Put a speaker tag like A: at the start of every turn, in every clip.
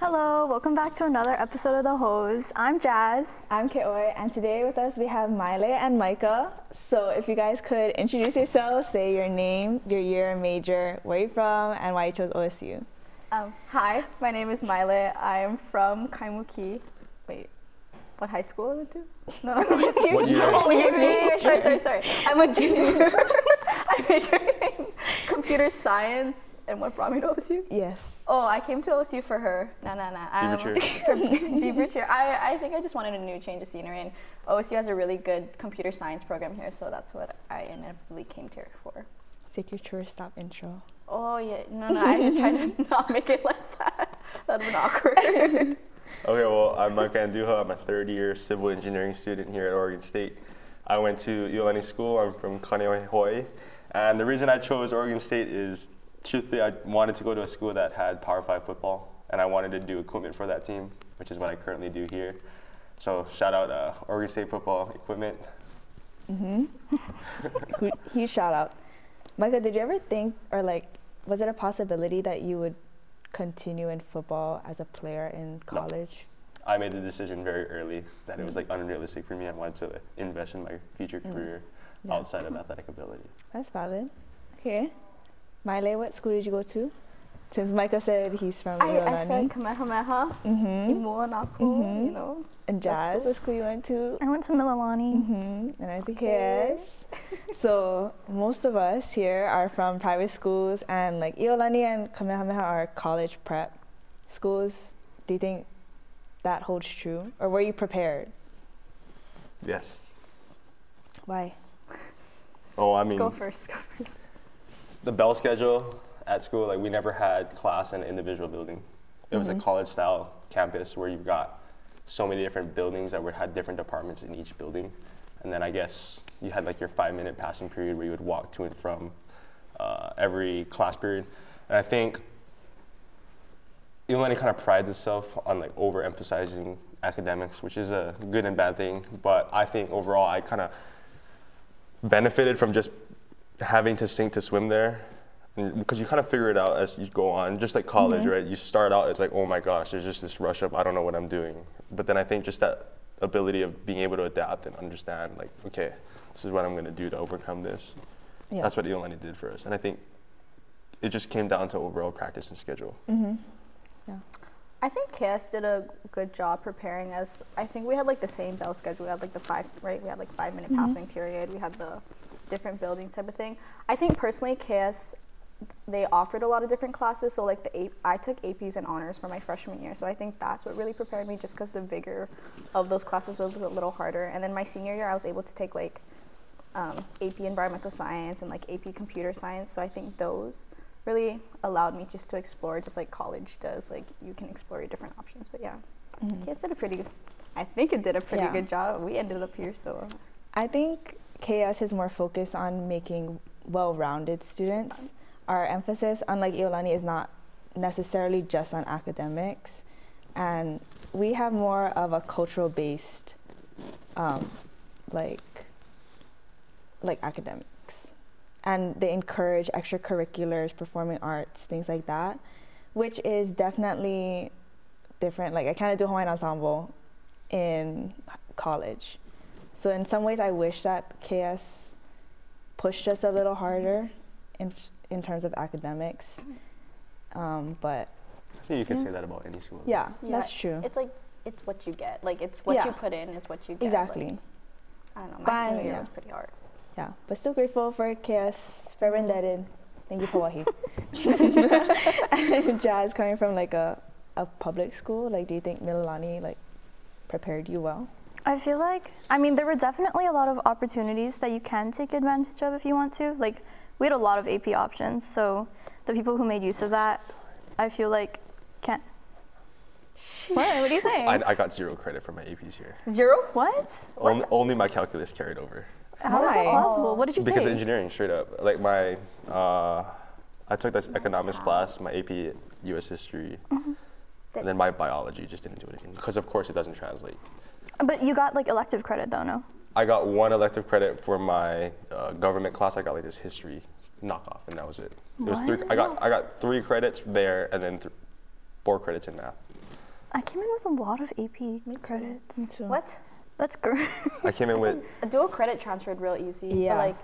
A: welcome back to another episode of The Hose. I'm Jazz.
B: I'm Keoi, and today with us we have Miley and Micah. So if you guys could introduce yourselves, say your name, your year, major, where you're from, and why you chose OSU.
C: Um, hi, my name is Mile. I am from Kaimuki. Wait, what high school I went to? No, no, what's your
D: What year?
C: Oh, wait, wait, wait, wait, sorry, sorry, sorry. I'm a junior. I majored in computer science, and what brought me to OSU?
B: Yes.
C: Oh, I came to OSU for her. Nah, nah, nah. I'm-
D: Beaver
C: for Beaver cheer. I, I think I just wanted a new change of scenery, and OSU has a really good computer science program here, so that's what I inevitably came here for.
B: Take your tourist stop intro.
C: Oh yeah, no, no. I have to try to not make it like that. That'd been awkward.
D: Okay, well, I'm Mike Anduja. I'm a third year civil engineering student here at Oregon State. I went to Iolani School. I'm from Kaneohe. And the reason I chose Oregon State is, truthfully, I wanted to go to a school that had Power 5 football, and I wanted to do equipment for that team, which is what I currently do here. So shout out uh, Oregon State football equipment.
B: Hu- Huge shout out. Micah, did you ever think, or like, was it a possibility that you would continue in football as a player in college?
D: I made the decision very early that it was like unrealistic for me. I wanted to invest in my future career
B: Yeah.
D: outside of athletic ability.
B: That's valid. Okay. Miley, what school did you go to? Since Micah said he's from
C: I, I
B: Iolani.
C: said Kamehameha,
B: mm-hmm.
C: Imo Naku, you know.
B: And
C: That's
B: Jazz,
C: cool.
B: what school you went to?
A: I went to Mililani.
B: Mm-hmm. And I think
C: Okay.
B: yes. so most of us here are from private schools, and like Iolani and Kamehameha are college prep schools. Do you think that holds true, or were you prepared?
D: Yes.
B: Why?
D: Oh, I mean,
C: Go first, go first.
D: the bell schedule at school, like we never had class in an individual building. It was a college style campus where you've got so many different buildings that were, had different departments in each building. And then I guess you had like your five minute passing period where you would walk to and from uh, every class period. And I think Iolani kind of prides itself on like overemphasizing academics, which is a good and bad thing. But I think overall, I kind of benefited from just having to sink to swim there And- because you kind of figure it out as you go on just like college
B: Mm-hmm.
D: right you start out it's like oh my gosh there's just this rush up i don't know what i'm doing but then i think just that ability of being able to adapt and understand like okay this is what i'm going to do to overcome this
B: Yeah.
D: that's what Iolani did for us and i think it just came down to overall practice and schedule
B: Mm-hmm.
C: I think KS did a good job preparing us. I think we had like the same bell schedule. We had like the five, right? We had like five minute passing period. We had the different buildings type of thing. I think personally, KS they offered a lot of different classes. So like the A- I took APs and honors for my freshman year. So I think that's what really prepared me, just because the vigor of those classes was a little harder. And then my senior year, I was able to take like um, AP environmental science and like AP computer science. So I think those really allowed me just to explore, just like college does. Like you can explore your different options. But yeah,
B: Mm-hmm.
C: kids did a pretty. I think it did a pretty
B: Yeah.
C: good job. We ended up here, so
B: I think KS is more focused on making well-rounded students. Our emphasis, unlike Iolani, is not necessarily just on academics, and we have more of a cultural-based, um, like, like academics, and they encourage extracurriculars, performing arts, things like that, which is definitely different. Like I kind of do Hawaiian ensemble in college. So in some ways, I wish that KS pushed us a little harder in in terms of academics. Um, but
D: i think you can say that about any school
B: yeah,
C: Yeah,
B: that's true.
C: it's like it's what you get. Like it's what
B: Yeah.
C: you put in is what you get.
B: Exactly.
C: Like, I don't know. My
B: But,
C: senior year
B: yeah.
C: was pretty hard.
B: yeah, but still grateful for KS for indebted. Thank you, Hawaii. Jazz coming from like a a public school. Like, do you think Mililani like prepared you well?
A: I feel like, I mean, there were definitely a lot of opportunities that you can take advantage of if you want to. Like, we had a lot of AP options, so the people who made use of that, I feel like, can't. What? What are you saying?
D: I, I got zero credit for my aps here
C: Zero?
A: what?
D: On, only my calculus carried over
A: How is that
B: Why?
A: possible? What did you
D: because
A: say?
D: engineering straight up like my uh, i took this economics class my ap us history
C: Mm-hmm.
D: and then my biology just didn't do anything because of course it doesn't translate
A: but you got like elective credit though, no?
D: i got one elective credit for my uh, government class i got like this history knockoff and that was it it was three i got i got three credits there and then th- four credits in math
A: I came in with a lot of AP
C: Me too.
A: credits.
B: So-
C: What?
A: That's great.
D: I came in with
C: A dual credit transferred real easy.
B: Yeah.
C: But like,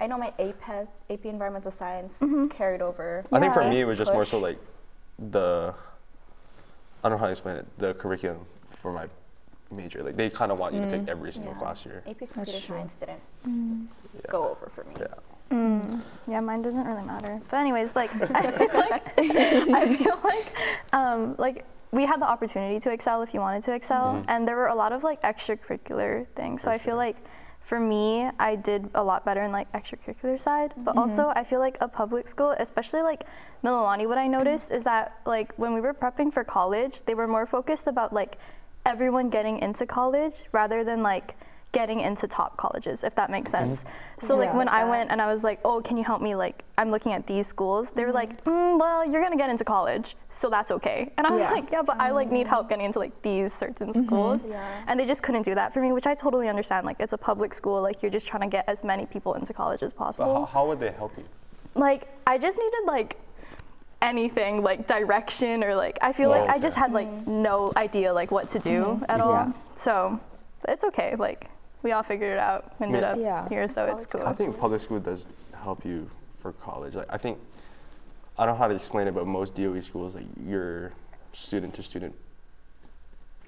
C: I know my APES, AP Environmental Science
B: Mm-hmm.
C: carried over.
D: I think for
A: Yeah.
D: me, it was just more so
C: Push.
D: like the I don't know how to explain it. The curriculum for my major, like they kind of want you to take every single
C: Mm. Yeah.
D: class year.
C: AP Computer
B: true.
C: Science didn't
A: Mm.
C: go over for me.
D: Yeah.
A: Mm. Yeah, mine doesn't really matter. But anyways, like I feel like, I feel like um, like we had the opportunity to excel if you wanted to excel,
D: Mhm.
A: and there were a lot of like extracurricular things. So
D: For
A: I feel
D: sure.
A: like for me, I did a lot better in like extracurricular side, but
D: Mm-hmm.
A: also I feel like a public school, especially like Mililani, what I noticed is that like when we were prepping for college, they were more focused about like everyone getting into college rather than like getting into top colleges, if that makes sense.
D: Mm-hmm.
A: So like
B: Yeah,
A: when
C: like
A: I
C: that.
A: went and I was like, oh, can you help me? Like I'm looking at these schools. They were
B: Mm-hmm.
A: like, mm, well, you're gonna get into college, so that's okay. And I was
B: Yeah. Mm-hmm.
A: like, yeah, but I like need help getting into like these certain
D: Mm-hmm.
A: schools.
C: Yeah.
A: And they just couldn't do that for me, which I totally understand. Like it's a public school, like you're just trying to get as many people into college as
D: But
A: possible
D: how, how would they help you?
A: like I just needed like anything like direction or like I feel
D: Yeah.
A: like I just had like no idea like what to do at all.
B: Yeah.
A: So it's okay. Like we all figured it out. We ended
D: Yeah.
A: up
B: Yeah.
A: here, so it's cool.
D: I think public school does help you for college. Like I think I don't know how to explain it, but most DOE schools, like your student to student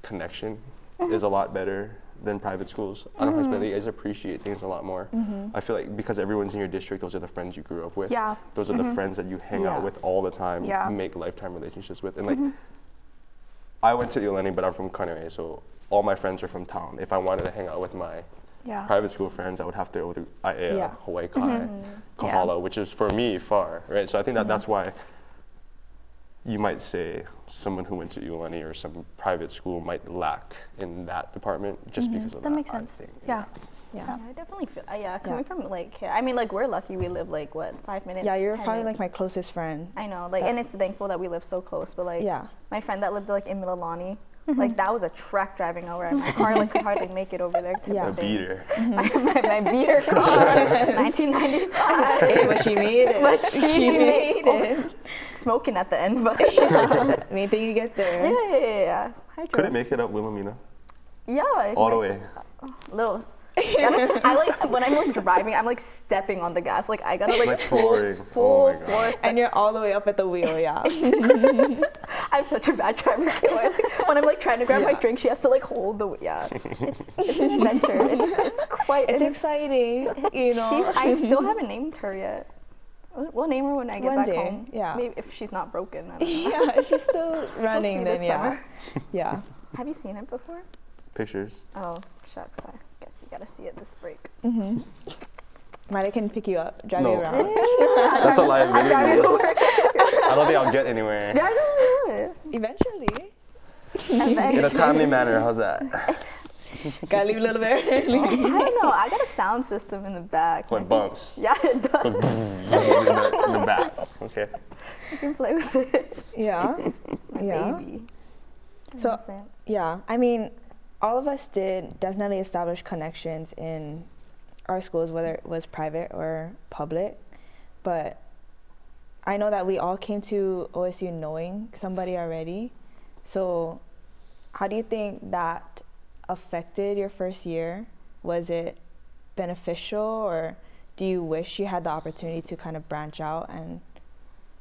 D: connection
A: Mm-hmm.
D: is a lot better than private schools. I don't know how to explain it. You guys appreciate things a lot more. I feel like because everyone's in your district, those are the friends you grew up with.
A: Mm-hmm. Yeah. Mm-hmm.
D: Those are the friends that you hang
B: Yeah.
D: out with all the time.
A: Yeah. Mm-hmm.
D: You make lifetime relationships with. And like I went to Iolani, but I'm from Kaneohe, so all my friends are from town. If I wanted to hang out with my
A: Yeah.
D: private school friends, I would have to go to IAEA,
B: Yeah.
D: Hawaii Kai, Kahala, which is for me far, right? So I think that that's why you might say someone who went to ULNE or some private school might lack in that department just because of that.
A: That makes
D: I
A: sense.
D: think,
A: Yeah.
B: Yeah.
C: Yeah, I definitely feel. Uh, yeah, coming from like, I mean, like we're lucky we live like what five minutes.
B: Yeah, you're
C: 10
B: probably
C: minutes.
B: like my closest friend.
C: I know, like, and it's thankful that we live so close. But like,
B: Yeah.
C: my friend that lived like in Mililani, like that was a trek driving over. My car like could hardly make it over there. Type
B: Yeah.
D: The
C: of thing.
D: beater.
C: my, my beater car, 1995.
B: hey, but she made it.
C: But she, made,
B: it.
C: it. Smoking at the end, but yeah,
B: Main thing you get there.
C: yeah, yeah. yeah. I
D: Could
C: drove.
D: it make it up Wilhelmina?
C: Yeah, it
D: All
C: might-
D: the way.
C: little. I, I like when I'm like driving, I'm like stepping on the gas. Like I gotta like,
D: Like
C: full,
D: flooring.
C: full
D: Oh my God.
C: floor step.
B: And you're all the way up at the wheel, yeah.
C: I'm such a bad driver. Kayla. Like, when I'm like trying to grab my drink, she has to like hold the. Yeah, it's it's an adventure. It's it's quite.
B: it's
C: an-
B: exciting, you know.
C: She's, I still haven't named her yet. We'll we'll name her when I get
B: One
C: back
B: day,
C: home.
B: yeah.
C: Maybe if she's not broken. I don't know.
B: yeah, she's still
C: We'll
B: running
C: see
B: then,
C: this
B: yeah.
C: summer.
B: Yeah.
C: Have you seen it before?
D: Pictures.
C: Oh, shucks. I guess you gotta see it this break.
B: Mm-hmm. Mine can pick you up, drive you
D: No.
B: around.
D: That's a liability.
C: Drive
D: I
C: over.
D: don't think I'll get anywhere.
C: Yeah, I don't know.
B: Eventually.
D: In a
C: Eventually.
D: timely manner, how's that?
B: Gotta leave a little bit early.
C: I don't know. I got a sound system in the back.
D: What bumps?
C: Yeah, it does.
D: Goes in the, in the back. Okay.
C: You can play with it.
B: Yeah.
C: It's my
B: Yeah.
C: baby.
B: So-
C: Innocent.
B: Yeah. I mean, all of us did definitely establish connections in our schools, whether it was private or public. But I know that we all came to OSU knowing somebody already. So, how do you think that affected your first year? Was it beneficial, or do you wish you had the opportunity to kind of branch out and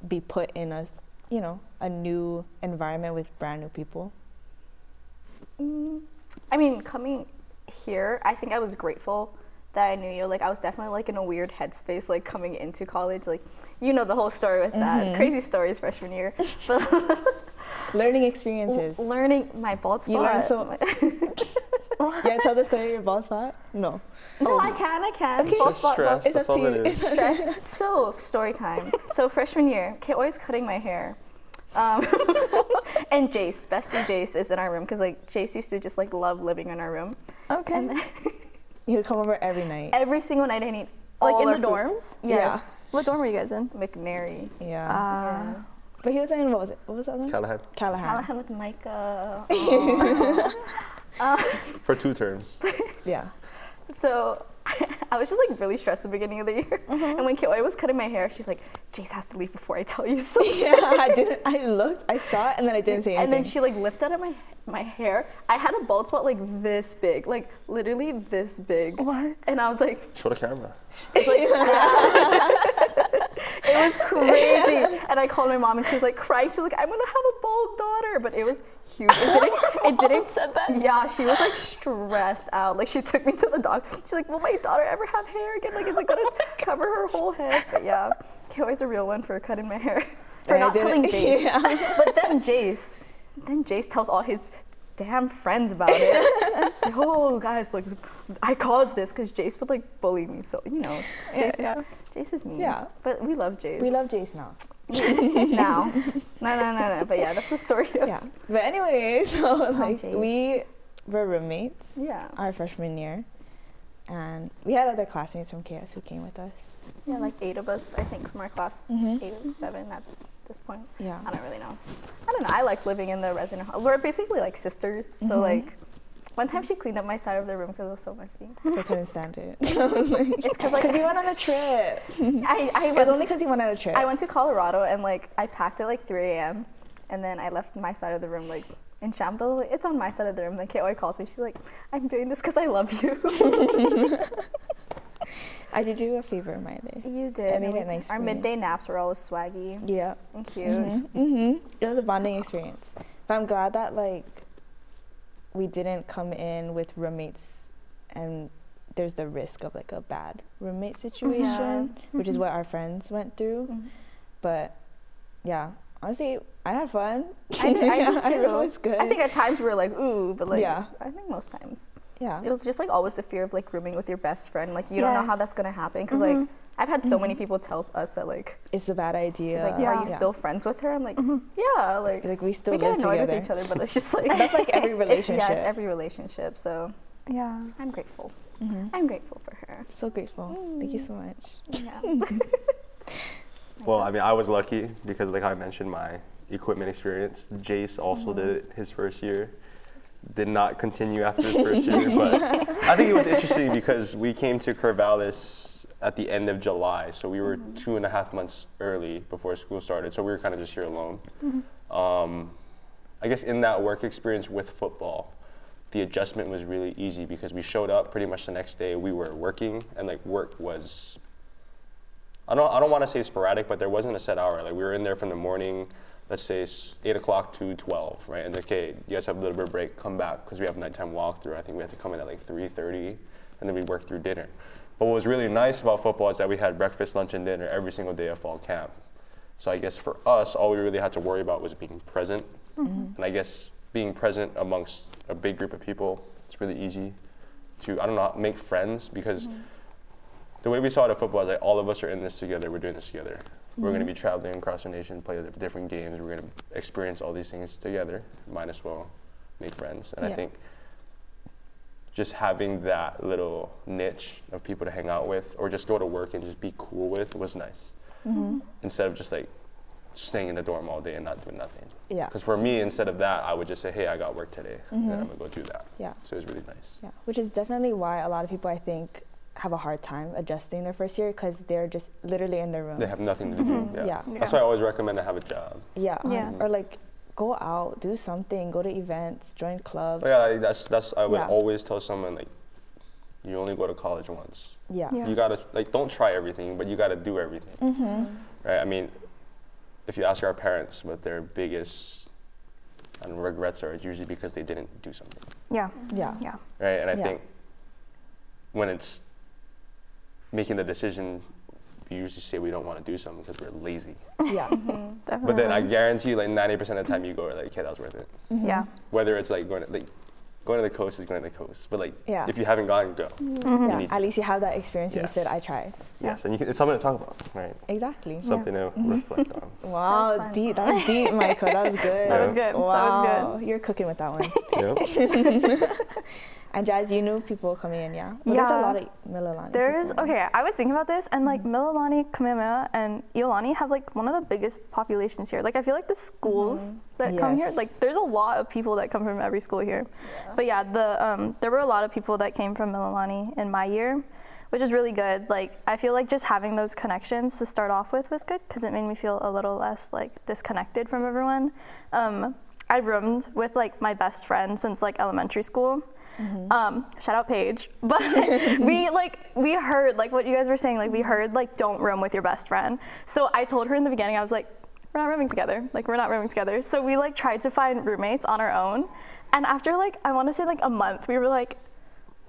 B: be put in a, you know, a new environment with brand new people?
C: Mm, I mean, coming here, I think I was grateful that I knew you. Like, I was definitely like in a weird headspace, like coming into college. Like, you know the whole story with that. Crazy stories freshman year, but
B: Learning experiences.
C: learning my bald spot.
B: You learn so- yeah, tell the story of your bald spot. No.
C: no, Oh, I can, I can. Bald
D: Just
C: spot. bald
D: stress.
B: It's
D: That's
B: up to
D: all
B: you.
D: it is.
C: stress. So story time. So freshman year, Kit always cutting my hair. Um, and Jace, bestie Jace, is in our room because like Jace used to just like love living in our room.
A: Okay.
C: And then
B: You would come over every night.
C: every single night I need
A: like
C: all
A: in
C: our
A: the
C: food.
A: dorms.
C: Yes,
A: What dorm were you guys in?
C: McNary.
B: Yeah.
A: Uh,
B: but he was in what was it? What was the other one?
D: Callahan.
B: Callahan.
C: Callahan with Micah.
D: For two terms.
B: Yeah.
C: so I was just like really stressed at the beginning of the year. And when KOA was cutting my hair, she's like, Jace has to leave before I tell you something.
B: yeah, I didn't. I looked, I saw it, and then I didn't say anything.
C: And then she like lifted up my my hair. I had a bald spot like this big, like literally this big.
A: Uh, What?
C: And I was like,
D: Show the camera.
C: it was crazy. and I called my mom and she was like crying. She's like, I'm gonna have a bald daughter. But it was huge. It didn't it didn't
A: said that?
C: Yeah, she was like stressed out. Like she took me to the doctor. She's like, Will my daughter ever have hair again? Like is it gonna
B: Oh
C: cover her whole head? But yeah. KOA's a real one for cutting my hair. For
B: I
C: not telling
B: didn't-
C: Jace.
B: Yeah.
C: But then Jace then Jace tells all his damn friends about it. It's like, oh guys, like I caused this because Jace would like bully me. So you know, Jace, is-
B: yeah.
C: Jace is mean.
B: Yeah.
C: but we love Jace.
B: we love Jace now.
C: Jace now. No, no, no, no. But yeah, that's the story. Of,
B: Yeah. But anyway, so like
C: Jace.
B: we were roommates
C: yeah,
B: our freshman year, and we had other classmates from KS who came with us.
C: yeah. Like eight of us, I think, from our class,
B: Mhm.
C: eight or seven at this point.
B: Yeah.
C: I don't really know. I don't know. I liked living in the resident hall. We're basically like sisters. So
B: Mhm.
C: like, one time she cleaned up my side of the room because it was so messy.
B: I couldn't stand it.
C: It's because like
B: Because you went on a trip.
C: I, I
B: It was
C: went
B: only
C: to-
B: because you went on a trip.
C: I went to Colorado and like I packed at like 3 a.m. and then I left my side of the room like in shambles. Like, it's on my side of the room. Then KOI calls me. She's like, "I'm doing this because I love you."
B: I did you a favor, Miley.
C: you did.
B: I made
C: and we
B: it
C: did-
B: nice
C: Our
B: for you.
C: midday naps were always swaggy
B: Yeah.
C: and cute.
B: Mm-hmm. It was a bonding experience. But I'm glad that like we didn't come in with roommates and there's the risk of like a bad roommate situation, which
C: Mm-hmm.
B: is what our friends went through.
C: Mhm.
B: But yeah, honestly, I had fun.
C: I did. I did
B: it
C: too.
B: was good.
C: I think at times we were like, "Ooh," but like,
B: Yeah.
C: I think most times
B: yeah.
C: it was just like always the fear of like rooming with your best friend. Like you don't know how
A: Yes.
C: that's gonna happen because
B: Mm-hmm.
C: like. I've had so many people tell us that like,
B: It's a bad idea.
C: like,
A: Yeah.
C: are you still friends with her? I'm like, yeah, like,
B: Mm-hmm. like we still
C: we get
B: live
C: annoyed
B: together.
C: with each other, but it's just like
B: That's like every
C: it's-
B: relationship.
C: yeah, it's every relationship. So
A: Yeah.
C: I'm grateful.
B: Mhm.
C: I'm grateful for her.
B: So grateful. Thank you so
C: Mm.
B: much.
C: Yeah.
D: Well, I mean, I was lucky because, like I mentioned, my equipment experience. Jace also did it his first year. Did not continue after his first year, but I think it was interesting because we came to Corvallis at the end of July, so we were two and a half months early before school started. So we were kind of just here alone. Um, I guess in that work experience with football, the adjustment was really easy because we showed up pretty much the next day. We were working, and like work was I don't, I don't want to say sporadic, but there wasn't a set hour. Like we were in there from the morning, let's say s- eight o'clock to twelve, right? And then, okay, you guys have a little bit of break, come back because we have nighttime walkthrough. I think we had to come in at like three thirty, and then we work through dinner. But what was really nice about football is that we had breakfast, lunch, and dinner every single day of fall camp. So I guess for us, all we really had to worry about was being present, and I guess being present amongst a big group of people, it's really easy to I don't know make friends because the way we saw it at football is like all of us are in this together. We're doing this together. We're
B: Mm-hmm.
D: going to be traveling across the nation, play the different games. We're going to experience all these things together. Might as well make friends. And
B: Yeah.
D: I think just having that little niche of people to hang out with, or just go to work and just be cool with, was nice.
B: Mm-hmm.
D: Instead of just like staying in the dorm all day and not doing nothing.
B: Yeah.
D: Because for me, instead of that, I would just say, "Hey, I got work today," and then I'm gonna go do that.
B: Yeah.
D: So it was really nice.
B: Mm-hmm. Yeah, which is definitely why a lot of people I think have a hard time adjusting their first year because they're just literally in their room.
D: They have nothing to do. Yeah.
B: Mm-hmm. Yeah.
D: That's why I always recommend to have a job.
B: Yeah, um,
D: Mm-hmm.
A: Yeah.
B: Or like go out, do something, go to events, join clubs.
D: But Oh, yeah, like, that's that's I would
B: Yeah.
D: always tell someone like, you only go to college once.
B: yeah.
A: Yeah.
D: You gotta like don't try everything, but you gotta do everything.
B: Mm-hmm.
D: Right? I mean, if you ask our parents what their biggest I don't know, regrets are, it's usually because they didn't do something.
A: Yeah. Mm-hmm.
B: Yeah.
A: Yeah.
D: right? And I
B: Yeah.
D: think when it's making the decision, we usually say we don't want to do something because we're lazy.
B: Yeah.
A: Definitely.
D: But then
B: Uh-huh.
D: I guarantee, you, like ninety percent of the time, you go like, okay, that was worth it.
A: Yeah.
D: Whether it's like going to like going to the coast is going to the coast, but like
B: Yeah. Mm-hmm.
D: if you haven't gone, go. You
B: yeah.
D: need
B: At
D: to.
B: least you have that experience and you
D: Yes.
B: said, I tried.
D: Yes, and you can, it's something to talk about, right?
B: Exactly.
D: Something to
B: Mm-hmm.
D: reflect on.
B: Wow,
C: fun.
B: deep. That was deep, Michael. That was good.
D: That was
A: good. That
B: Wow.
A: was good.
B: You're cooking with that one.
D: Yep.
B: and Jazz, you knew people coming in, yeah? Well, There's a
A: Yeah.
B: lot of Mililani.
A: There's
B: people.
A: okay. I was thinking about this, and like Mililani, Kamehameha, and Iolani have like one of the biggest populations here. Like I feel like the schools that come here,
B: Yes.
A: like there's a lot of people that come from every school here. But yeah, the um, there were a lot of people that came from Mililani in my year, which is really good. Like I feel like just having those connections to start off with was good because it made me feel a little less like disconnected from everyone. Um, I roomed with like my best friend since like elementary school. Um, shout out Paige, but we like we heard like what you guys were saying. Like we heard like don't room with your best friend. So I told her in the beginning I was like we're not rooming together. Like we're not rooming together. So we like tried to find roommates on our own, and after like I want to say like a month we were like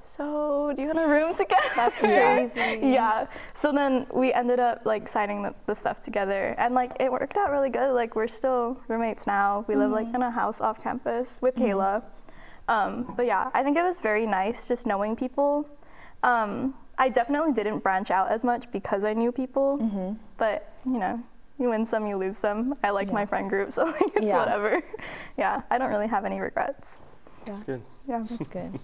A: so do you want a room together? That's
C: crazy.
A: yeah. So then we ended up like signing the, the stuff together, and like it worked out really good. Like we're still roommates now. We live like in a house off campus with Kayla. Um, but yeah, I think it was very nice just knowing people. Um, I definitely didn't branch out as much because I knew people.
B: Mm-hmm.
A: But you know, you win some, you lose some. I like my
B: Yeah.
A: friend group, so like it's
B: Yeah.
A: whatever. yeah, I don't really have any regrets.
D: It's good.
A: Yeah.
B: That's good.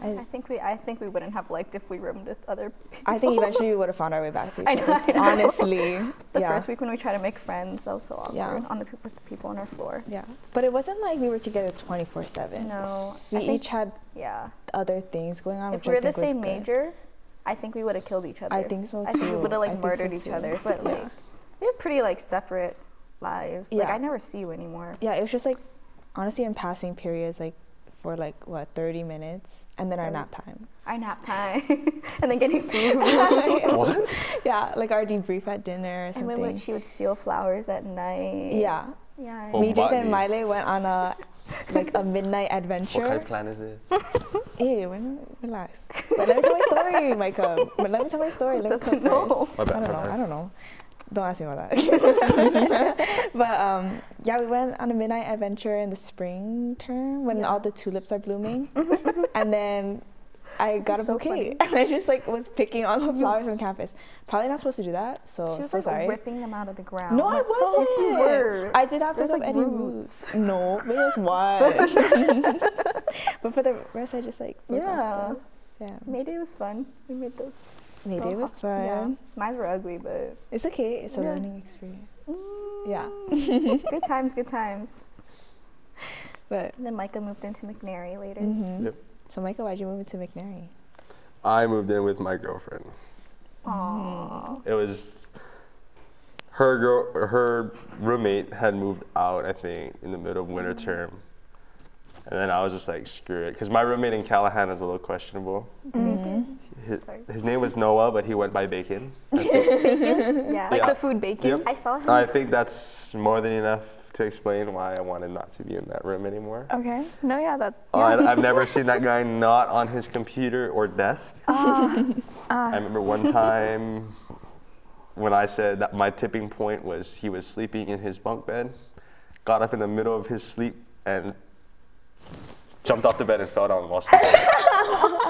C: I think we I think we wouldn't have liked if we roomed with other people.
B: I think eventually we would have found our way back to each
C: I
B: other.
C: know, I know.
B: Honestly.
C: the
B: yeah.
C: first week when we tried to make friends, that was so awkward
B: Yeah.
C: on the peop with the people on our floor.
B: Yeah. But it wasn't like we were together 24 7.
C: No,
B: We
C: I think,
B: each had
C: yeah.
B: other things going on.
C: If
B: which
C: we
B: I
C: were the
B: think was
C: same
B: good.
C: major, I think we would have killed each other.
B: I think so
C: I think we
B: too.
C: would have
B: I
C: like
B: think so
C: murdered each
B: too.
C: other, but like we had pretty like separate lives. Like
B: Yeah.
C: I never see you anymore.
B: Yeah, it was just like, honestly, in passing periods, like for like, what, 30 minutes? And then our nap time.
C: Our nap time, and then getting food,
D: What?
B: Yeah, like our debrief at dinner or
C: and
B: something.
C: when we- she would steal flowers at night.
B: yeah.
C: yeah.
D: Oh,
B: Me, Jason, and
D: Miley.
B: Miley went on a like a midnight adventure.
D: What kind of plan is it?
B: Hey, Eh, when, relax. But let me tell my story, Micah. But let me tell my story. Let me
C: Doesn't
B: come first.
C: know.
D: My
B: I
D: bad,
B: don't
D: my
B: know.
D: bad.
B: I don't know. Don't ask me about that. but um, yeah, we went on a midnight adventure in the spring term when
C: Yeah.
B: all the tulips are blooming, and then I got a
C: is so
B: bouquet,
C: funny.
B: and I just like was picking all the flowers from campus. Probably not supposed to do that, so
C: She was
B: so
C: like
B: sorry.
C: ripping them out of the ground.
B: No, I
C: Like, "Oh,
B: wasn't.
C: Yes, you were.
B: I did not pick
C: There's,
B: up
C: like,
B: any roots.
C: roots.
B: No, but like what? but for the rest, I just like broke
C: Yeah.
B: off the stem.
C: Mayday was fun. We made those.
B: Maybe
C: little
B: it
C: hot-
B: was fun.
C: Mine were ugly, but
B: It's okay. It's a
C: Yeah.
B: learning experience. Yeah,
C: good times, good times.
B: but
C: And then Micah moved into McNary later.
B: mhm.
D: Yep.
B: so Michael, why'd you move to McNary?
D: I moved in with my girlfriend.
C: Aww.
D: It was her girl, her roommate had moved out, I think, in the middle of winter
B: Mm-hmm.
D: term. And then I was just like, screw it. Because my roommate in Callahan is a little questionable.
C: Mm-hmm.
D: His,
C: Sorry.
D: his name was Noah, but he went by Bacon.
C: Yeah.
A: Like
D: Yeah.
A: the food baking.
D: Yep.
C: I saw him.
D: I think that's more than enough to explain why I wanted not to be in that room anymore.
A: Okay. No, yeah, that.
D: I, have never seen that guy not on his computer or desk. I remember one time when I said that my tipping point was he was sleeping in his bunk bed, got up in the middle of his sleep and jumped off the bed and fell down and lost the bed.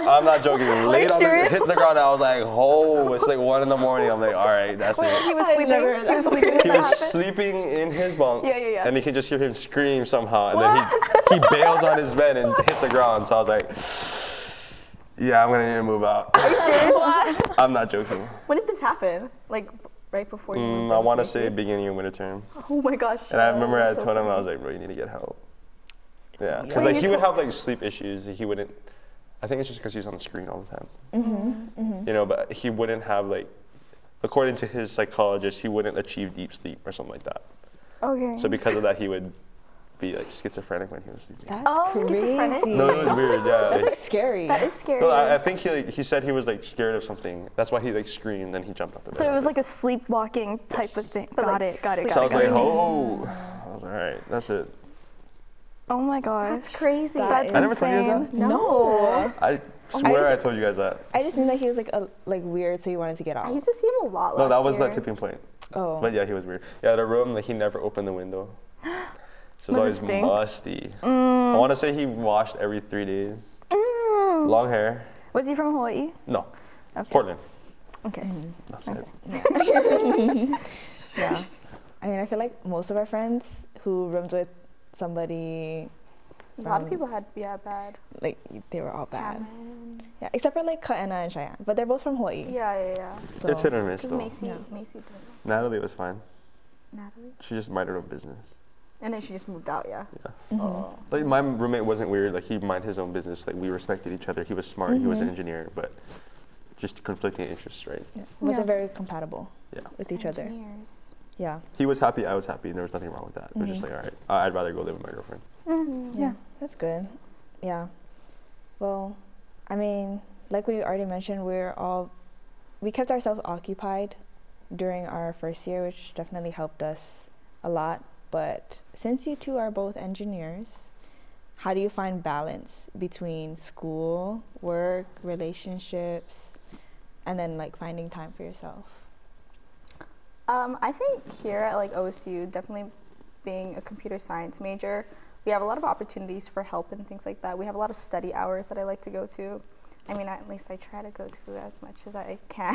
D: I'm not joking. Laid on the, hit the ground. I was like, oh, it's like one in the morning. I'm like, all right, that's it.
A: He was sleeping. He was sleeping.
D: He was sleeping in his bunk.
A: Yeah, yeah, yeah.
D: And you can just hear him scream somehow. And then he, he bails on his bed and hit the ground. So I was like, yeah, I'm going to need to move out.
C: Are you serious?
D: I'm not joking.
C: when did this happen? Like right before you
D: Mm,
C: moved
D: I
C: in
D: want to
C: with
D: say
C: Macy?
D: beginning of winter term.
C: Oh my gosh.
D: And I
C: yeah,
D: remember I
C: that's
D: told
C: so
D: him, I
C: funny.
D: was like, bro, you need to get help. Yeah. Because
A: Wait,
D: like,
A: you
D: he would
A: told-
D: have like sleep issues. He wouldn't, I think it's just because he's on the screen all the time.
C: Mm-hmm,
D: You know, but he wouldn't have like, according to his psychologist, he wouldn't achieve deep sleep or something like that.
A: Okay.
D: So because of that, he would be like schizophrenic when he was sleeping.
B: That's
A: Oh,
C: schizophrenic?
B: crazy.
D: No, it was weird. Yeah.
B: That's
D: Like,
B: like scary.
C: That is scary.
D: no, I, I think he like, he said he was like scared of something. That's why he like screamed and he jumped off the bed.
A: So it was like a sleepwalking type of thing.
C: But,
A: got
C: like,
A: it. Got it.
C: sleep
D: So I
A: Got it.
D: was
A: Got
D: like,
A: it.
D: oh, I was like, all right. That's it.
A: Oh my gosh.
C: that's crazy.
A: That's
D: I never told you guys
A: insane.
B: no.
C: No.
D: I swear I,
B: just-
D: told you guys that.
B: I just knew that he was like a, like weird, so he wanted to get
C: I
B: out.
C: used to see him a lot
D: No,
C: last
D: that was
C: year.
D: that tipping point.
B: oh,
D: But yeah, he was weird. Yeah, the room like he never opened the window. So it's
A: Was it
D: always
A: stink?
D: musty. I want to say he washed every three days.
A: Mm.
D: Long hair.
A: Was he from Hawaii?
D: No,
A: Okay.
D: Portland.
A: Okay.
D: No, sorry.
B: yeah. I mean, I feel like most of our friends who roomed with somebody,
C: A lot of
B: Um,
C: people had yeah bad.
B: like they were all bad.
C: Cameron.
B: Yeah, except for like Kaena and Cheyenne, but they're both from Hawaii.
C: Yeah, yeah, yeah.
B: So
D: It's hit or miss
C: Because
D: though.
C: Macy,
B: Yeah.
C: Macy, did
D: Natalie was fine.
C: Natalie,
D: She just minded her own business.
C: and then she just moved out. Yeah.
D: Yeah.
B: mm-hmm.
C: Oh.
D: Like my roommate wasn't weird. Like he mind his own business. Like we respected each other. He was smart. He was an engineer, but just conflicting interests, right?
B: Yeah. Wasn't
A: Yeah.
B: very compatible
D: Yeah.
B: with each other.
C: Engineers.
B: Yeah.
D: He was happy, I was happy, and there was nothing wrong with that. It was just
B: Mhm.
D: like, all right, I- I'd rather go live with my girlfriend.
A: Mm, yeah.
B: That's good. Yeah. Well, I mean, like we already mentioned, we're all we kept ourselves occupied during our first year, which definitely helped us a lot. But since you two are both engineers, how do you find balance between school, work, relationships, and then like finding time for yourself?
C: Um, I think here at like OSU, definitely being a computer science major, we have a lot of opportunities for help and things like that. We have a lot of study hours that I like to go to. I mean, at least I try to go to as much as I can.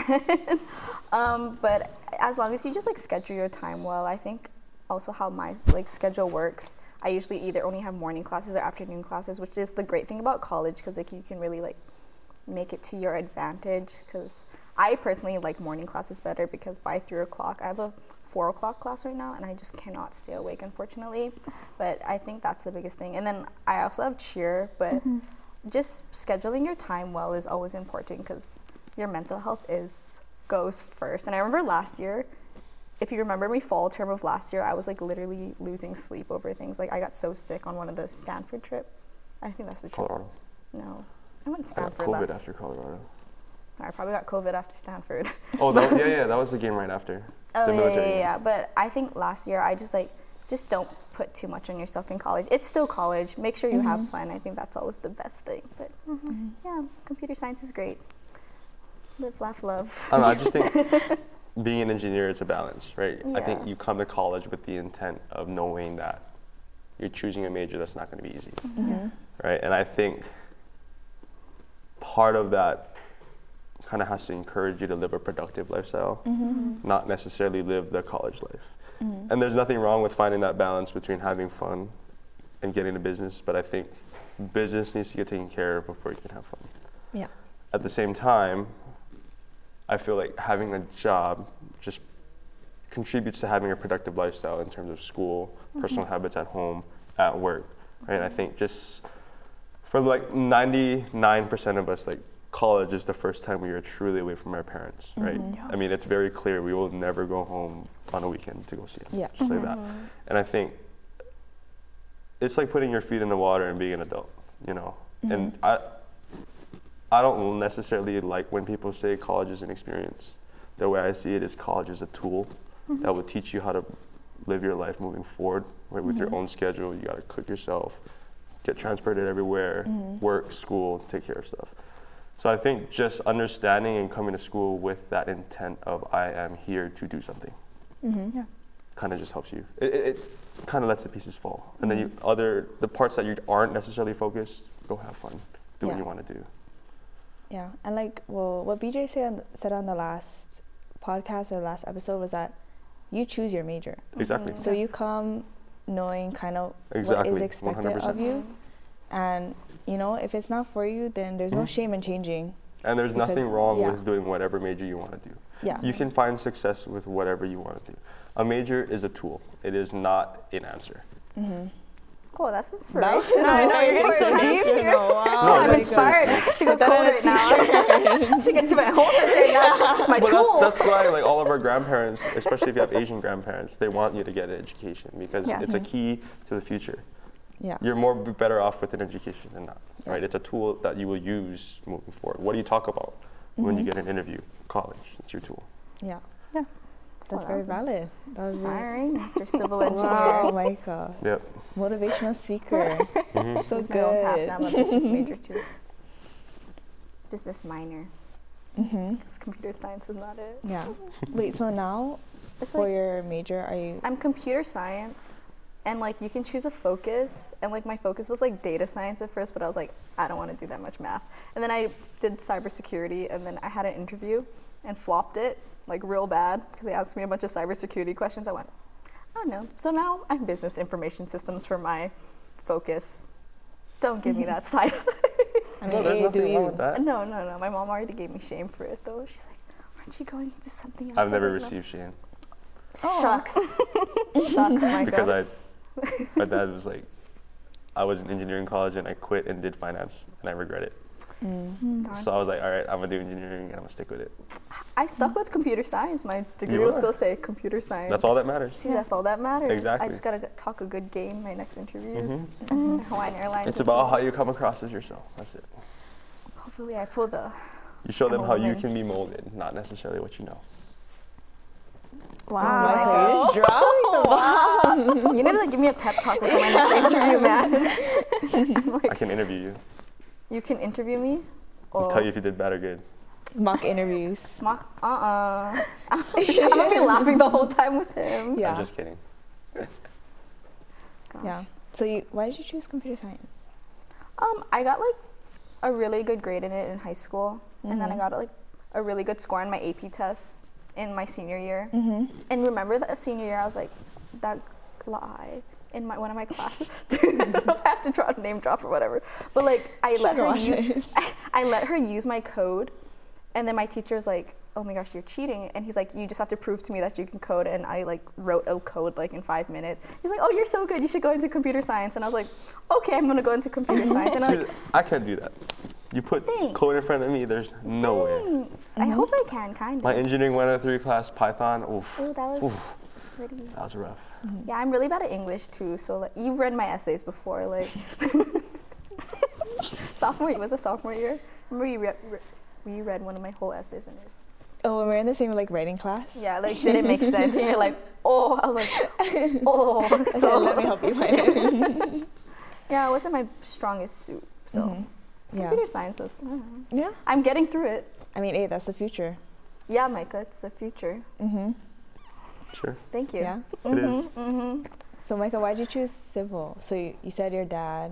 C: um, but as long as you just like schedule your time well, I think also how my like schedule works. I usually either only have morning classes or afternoon classes, which is the great thing about college because like you can really like make it to your advantage because I personally like morning classes better because by three o'clock I have a four o'clock class right now and I just cannot stay awake unfortunately. But I think that's the biggest thing. And then I also have cheer, but just scheduling your time well is always important because your mental health is goes first. And I remember last year, if you remember my fall term of last year, I was like literally losing sleep over things. Like I got so sick on one of the Stanford trip. I think that's the trip.
D: Colorado.
C: No. I went to
D: I got
C: Stanford
D: COVID
C: last
D: after Colorado.
C: I probably got COVID after Stanford.
D: Oh, that, yeah, yeah, that was the game right after.
C: Oh
D: The
C: yeah, yeah,
D: military.
C: yeah, yeah. But I think last year I just like just don't put too much on yourself in college. It's still college. Make sure you have fun. I think that's always the best thing. But mm-hmm. yeah, computer science is great. Live, laugh, love.
D: I don't know, I just think being an engineer is a balance, right? I
C: Yeah.
D: think you come to college with the intent of knowing that you're choosing a major that's not going to be easy, right? And I think part of that kind of has to encourage you to live a productive lifestyle, not necessarily live the college life. And there's nothing wrong with finding that balance between having fun and getting a business, but I think business needs to get taken care of before you can have fun
B: Yeah.
D: at the same time, I feel like having a job just contributes to having a productive lifestyle in terms of school, personal habits at home, at work, right? I think just for like 99% of us, like college is the first time we are truly away from our parents, right? I mean, it's very clear we will never go home on a weekend to go see them,
B: Yeah.
D: just like that. And I think it's like putting your feet in the water and being an adult, you know. And I, I don't necessarily like when people say college is an experience. The way I see it is college is a tool that will teach you how to live your life moving forward right, with your own schedule. You got to cook yourself, get transported everywhere, work, school, take care of stuff. So I think just understanding and coming to school with that intent of I am here to do something
B: Mm-hmm.
A: Yeah.
D: kind of just helps you. It, it, it kind of lets the pieces fall, and then you other the parts that you aren't necessarily focused, go have fun,
B: Yeah.
D: do what you want to do.
B: Yeah, and like, well, what BJ said on, said on the last podcast or the last episode was that you choose your major.
D: Exactly.
B: So you come knowing kind of what
D: Exactly,
B: is expected of
D: 100%.
B: you. And, you know, if it's not for you, then there's no
D: Mm.
B: shame in changing.
D: And there's
B: Because-
D: nothing wrong
B: yeah. Mm-hmm.
D: with doing whatever major you want to do.
B: Yeah.
D: You can find success with whatever you want to do. A major is a tool. It is not an answer.
B: Mm-hmm.
C: Cool, Oh, that's inspirational.
A: I know, you're getting so
C: Inspirational.
A: deep.
D: No,
C: I'm
D: that's-
C: inspired. I should go code right now. I should get to my homework right now. My
D: But
C: tool.
D: that's, that's why, like all of our grandparents, especially if you have Asian grandparents, they want you to get an education because
A: Yeah.
D: it's a key to the future.
B: Mm-hmm. Yeah.
D: You're more b- better off with an education than not,
B: Yeah.
D: right? It's a tool that you will use moving forward. What do you talk about when you
B: Mm-hmm.
D: get an interview? College, it's your tool.
B: Yeah.
A: Yeah.
B: That's
C: Oh, that
B: very
C: was
B: valid. That was really-
C: inspiring, Mr. Civil Engineer.
B: Wow, Micah.
D: Yep.
B: Motivational speaker. So
C: Choose my own path
B: good.
C: now. I'm a business major too. Business minor.
B: hmm
C: Because computer science was not it.
B: Yeah. Wait, so now
C: It's
B: for
C: like
B: your major, are you.
C: I'm computer science, and like you can choose a focus, and like my focus was like data science at first, but I was like, I don't want to do that much math. And then I did cybersecurity, and then I had an interview and flopped it like real bad because they asked me a bunch of cybersecurity questions. I went, oh no. So now I'm business information systems for my focus. Don't give me that side.
B: I
D: No,
B: mean,
D: there's
B: A, do
D: nothing wrong
B: you?
D: with that.
C: No, no, no. My mom already gave me shame for it though. She's like, aren't you going into something else? I was
D: I've never
C: like, "No."
D: received Shane
C: Shucks. Oh. Shucks, Micah.
D: because I, my dad was like, I was in engineering college and I quit and did finance and I regret it.
B: Hmm.
C: Darn.
D: So I was like, all right, I'm gonna do engineering and I'm gonna stick with it.
C: I stuck
B: Hmm.
C: with computer science. My degree
D: You
C: will
D: are.
C: still say computer science.
D: That's all that matters.
C: See, that's all that matters. I
D: Exactly. Mm-hmm.
C: just gotta g- talk a good game my next interviews.
B: Mm-hmm.
C: Hawaiian Airlines.
D: It's
C: and
D: about
C: Delta.
D: how you come across as yourself. That's it.
C: Hopefully, I pull the.
D: You show them
C: I'm a
D: how you
C: woman.
D: can be molded, not necessarily what you know.
B: Michael, you're just dropping the
C: You need to like give me a pep talk before my next interview, man. I'm
D: I
C: like,
D: can interview you
C: you can interview me.
D: and tell you if you did bad or good.
B: mock interviews.
C: Uh uh. I'm gonna be laughing the whole time with him.
B: Yeah.
D: I'm just kidding.
C: Gosh.
B: Yeah. So you, why did you choose computer science?
C: Um, I got like a really good grade in it in high school, and
B: Mm-hmm.
C: then I got like a really good score on my AP test in my senior year.
B: Mm-hmm.
C: And remember that senior year, I was like, that lie in my one of my classes. Dude, I don't know if I have to draw a name drop or whatever. But like, I let her
B: watch
C: use,
B: this.
C: I, I let her use my code, and then my teacher's like, oh my gosh, you're cheating. And he's like, you just have to prove to me that you can code. And I like wrote a code like in five minutes. He's like, oh, you're so good. You should go into computer science. And I was like, okay, I'm gonna go into computer science. And I
D: See,
C: like.
D: I can't do that. You put
C: Thanks.
D: code in front of me, there's no way.
C: "Thanks. I hope I can, kind of.
D: My engineering 103 class, Python, oof,
C: oh, that was
D: Oof.
C: pretty.
D: that was rough.
B: Mm-hmm.
C: Yeah, I'm really bad at English too. So like, you've read my essays before, like sophomore. year- Was it sophomore year? Remember you read re- we read one of my whole essays and it was
B: Oh, when we were in the same like writing class.
C: yeah, like didn't make sense. And you're like, oh, I was like, oh.
B: Okay,
C: So
B: let me help you. Maya.
C: yeah, it wasn't my strongest suit. So
B: Mm-hmm. yeah.
C: computer science was. I don't know.
B: Yeah.
C: I'm getting through it.
B: I mean, hey, that's the future.
C: Yeah, Micah, it's the future.
B: Mm-hmm.
D: Sure,
C: Thank you. Mm-hmm,
B: Yeah.
D: it is.
B: So, Michael, why'd you choose civil? So you, you said your dad.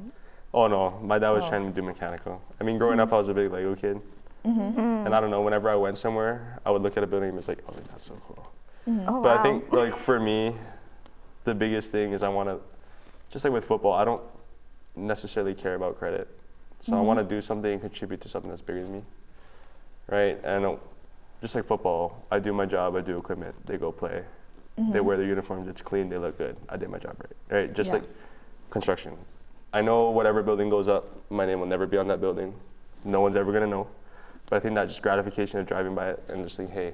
D: Oh no, my dad was
B: Oh.
D: trying to do mechanical. I mean, growing up, I was a big Lego kid,
B: Mm-hmm.
D: and I don't know. Whenever I went somewhere, I would look at a building and was like, "Oh, like, that's so cool."
B: Mm-hmm.
A: Oh,
D: But
A: wow.
D: I think, like for me, the biggest thing is I want to, just like with football, I don't necessarily care about credit, so I
B: Mm-hmm.
D: want to do something and contribute to something that's bigger than me, right? And I don't- just like football, I do my job, I do equipment, they go play, they wear their uniforms, it's clean, they look good, I did my job right, right? Just
B: Mm-hmm. Yeah.
D: like construction. I know whatever building goes up, my name will never be on that building. No one's ever gonna know. But I think that just gratification of driving by it and just think, hey,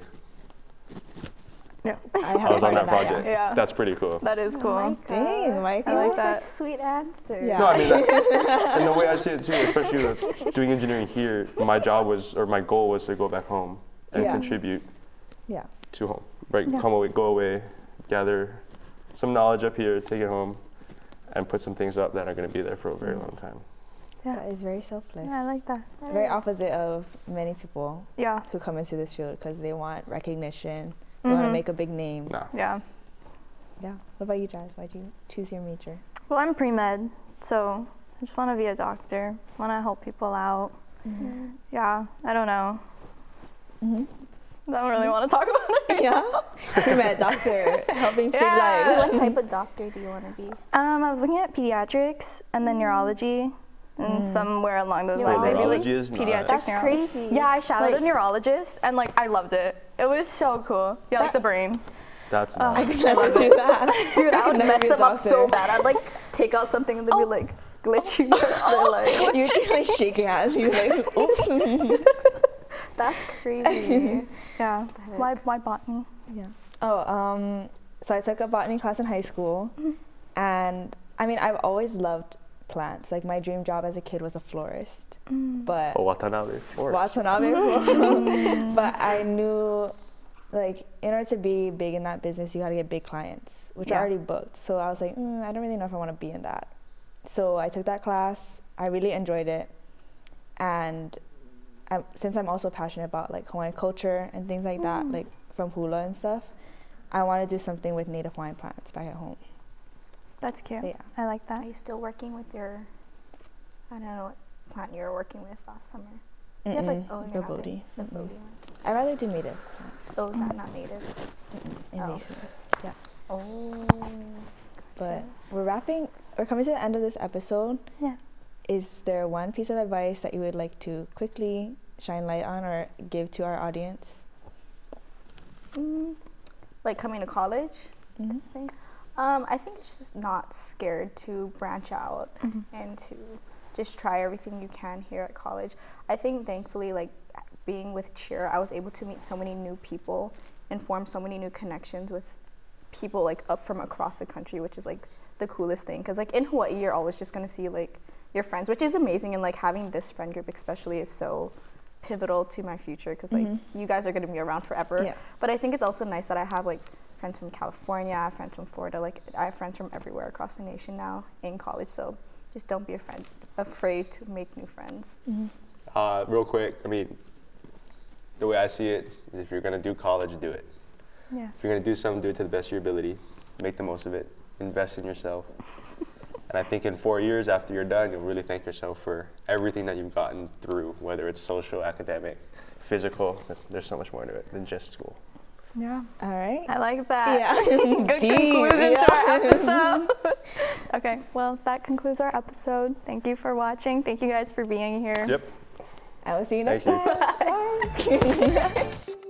A: Yeah.
B: I, have
D: I was
B: a
D: on that
B: part of
D: project.
B: yeah.
A: Yeah.
D: That's pretty cool.
A: That is cool.
C: Oh,
B: Dang,
C: You
B: Michael.
A: like
C: have such
A: that.
C: sweet answers.
B: Yeah.
D: No, I mean, that, and the way I see it too, especially with doing engineering here, my job was, or my goal was to go back home and
B: Yeah.
D: contribute
B: Yeah.
D: to home, right?
A: Yeah.
D: Come away, go away, gather some knowledge up here, take it home, and put some things up that are gonna be there for a
B: Mm.
D: very long time.
B: That is very selfless.
A: Yeah, I like that.
B: Very opposite of many people
A: Yeah.
B: who come into this field because they want recognition. They want to
A: Mhm.
B: make a big name.
D: Nah.
A: Yeah.
B: Yeah. What about you, Jazz? Why'd you choose your major?
A: Well, I'm pre med, so I just want to be a doctor. Want to help people out. Yeah. I don't know.
B: Mhm.
A: I don't really want to talk about it.
B: yeah. We met doctor helping save
A: Yeah.
B: lives.
C: What type of doctor do you want to be?
A: Um, I was looking at pediatrics and then neurology, and somewhere along those lines, maybe like
D: Neurology is not-
A: pediatric
C: That's
A: neuro-
C: crazy.
A: Yeah, I shadowed
C: Like-
A: a neurologist, and like I loved it. It was so cool. Yeah, like the brain.
D: That's not.
B: Oh, I could never do that.
C: Dude, I
B: could
C: would
B: never
C: mess
B: be a
C: them up so
B: doctor.
C: bad. I'd like take out something and they'd be like glitching. They're like,
B: You're just like shaking hands. You're like, oops.
C: that's crazy.
A: Yeah. Why, why botany?
B: Yeah. Oh, um, so I took a botany class in high school, and I mean, I've always loved plants. Like my dream job as a kid was a florist, but
D: Oh, Watanabe. of course.
B: Watanabe. florist. but I knew, like, in order to be big in that business, you got to get big clients, which
A: Yeah.
B: I already booked. So I was like, mm, I don't really know if I want to be in that. So I took that class. I really enjoyed it, and I'm, since I'm also passionate about like Hawaiian culture and things like that,
C: Mm.
B: like from hula and stuff, I want to do something with native Hawaiian plants back at home.
A: That's cute.
B: Yeah.
A: I like
C: Are
A: that.
C: you still working with your, I don't know what plant you were working with last summer? You have, like,
B: Mm-mm,
C: oh, you're
B: the
C: not doing-
B: Bodhi.
C: The
B: Mm-mm.
C: Bodhi one.
B: I'd rather do native plants.
C: Those are not native.
B: in
C: Oh.
B: Mason.
C: Oh.
B: But
C: gotcha.
B: we're wrapping. We're coming to the end of this episode.
A: Yeah.
B: Is there one piece of advice that you would like to quickly shine light on or give to our audience?
C: Mm, like coming to college.
A: Mm-hmm.
B: Mhm.
C: thing. Um, I think it's just not scared to branch out and to just try everything you can here at college. I think thankfully, like being with cheer, I was able to meet so many new people and form so many new connections with people like up from across the country, which is like the coolest thing. Because like in Hawaii, you're always just gonna see like your friends, which is amazing. And like having this friend group, especially, is so pivotal to my future because like you guys are gonna be around forever.
B: Yeah.
C: But I think it's also nice that I have like friends from California, I have friends from Florida. Like I have friends from everywhere across the nation now in college. So just don't be afraid afraid to make new friends.
D: Uh, real quick, I mean, the way I see it is if you're going to do college, do it.
A: Yeah.
D: If you're going to do something, do it to the best of your ability. Make the most of it. Invest in yourself. and I think in four years after you're done, you'll really thank yourself for everything that you've gotten through, whether it's social, academic, physical. There's so much more to it than just school.
A: Yeah.
B: All right.
A: I like that. Good
B: Deep,
A: conclusion to
B: yeah.
A: our episode. okay, well, that concludes our episode. Thank you for watching. Thank you guys for being here.
D: Yep.
B: I will see you next
D: Thank you.
B: time. Bye.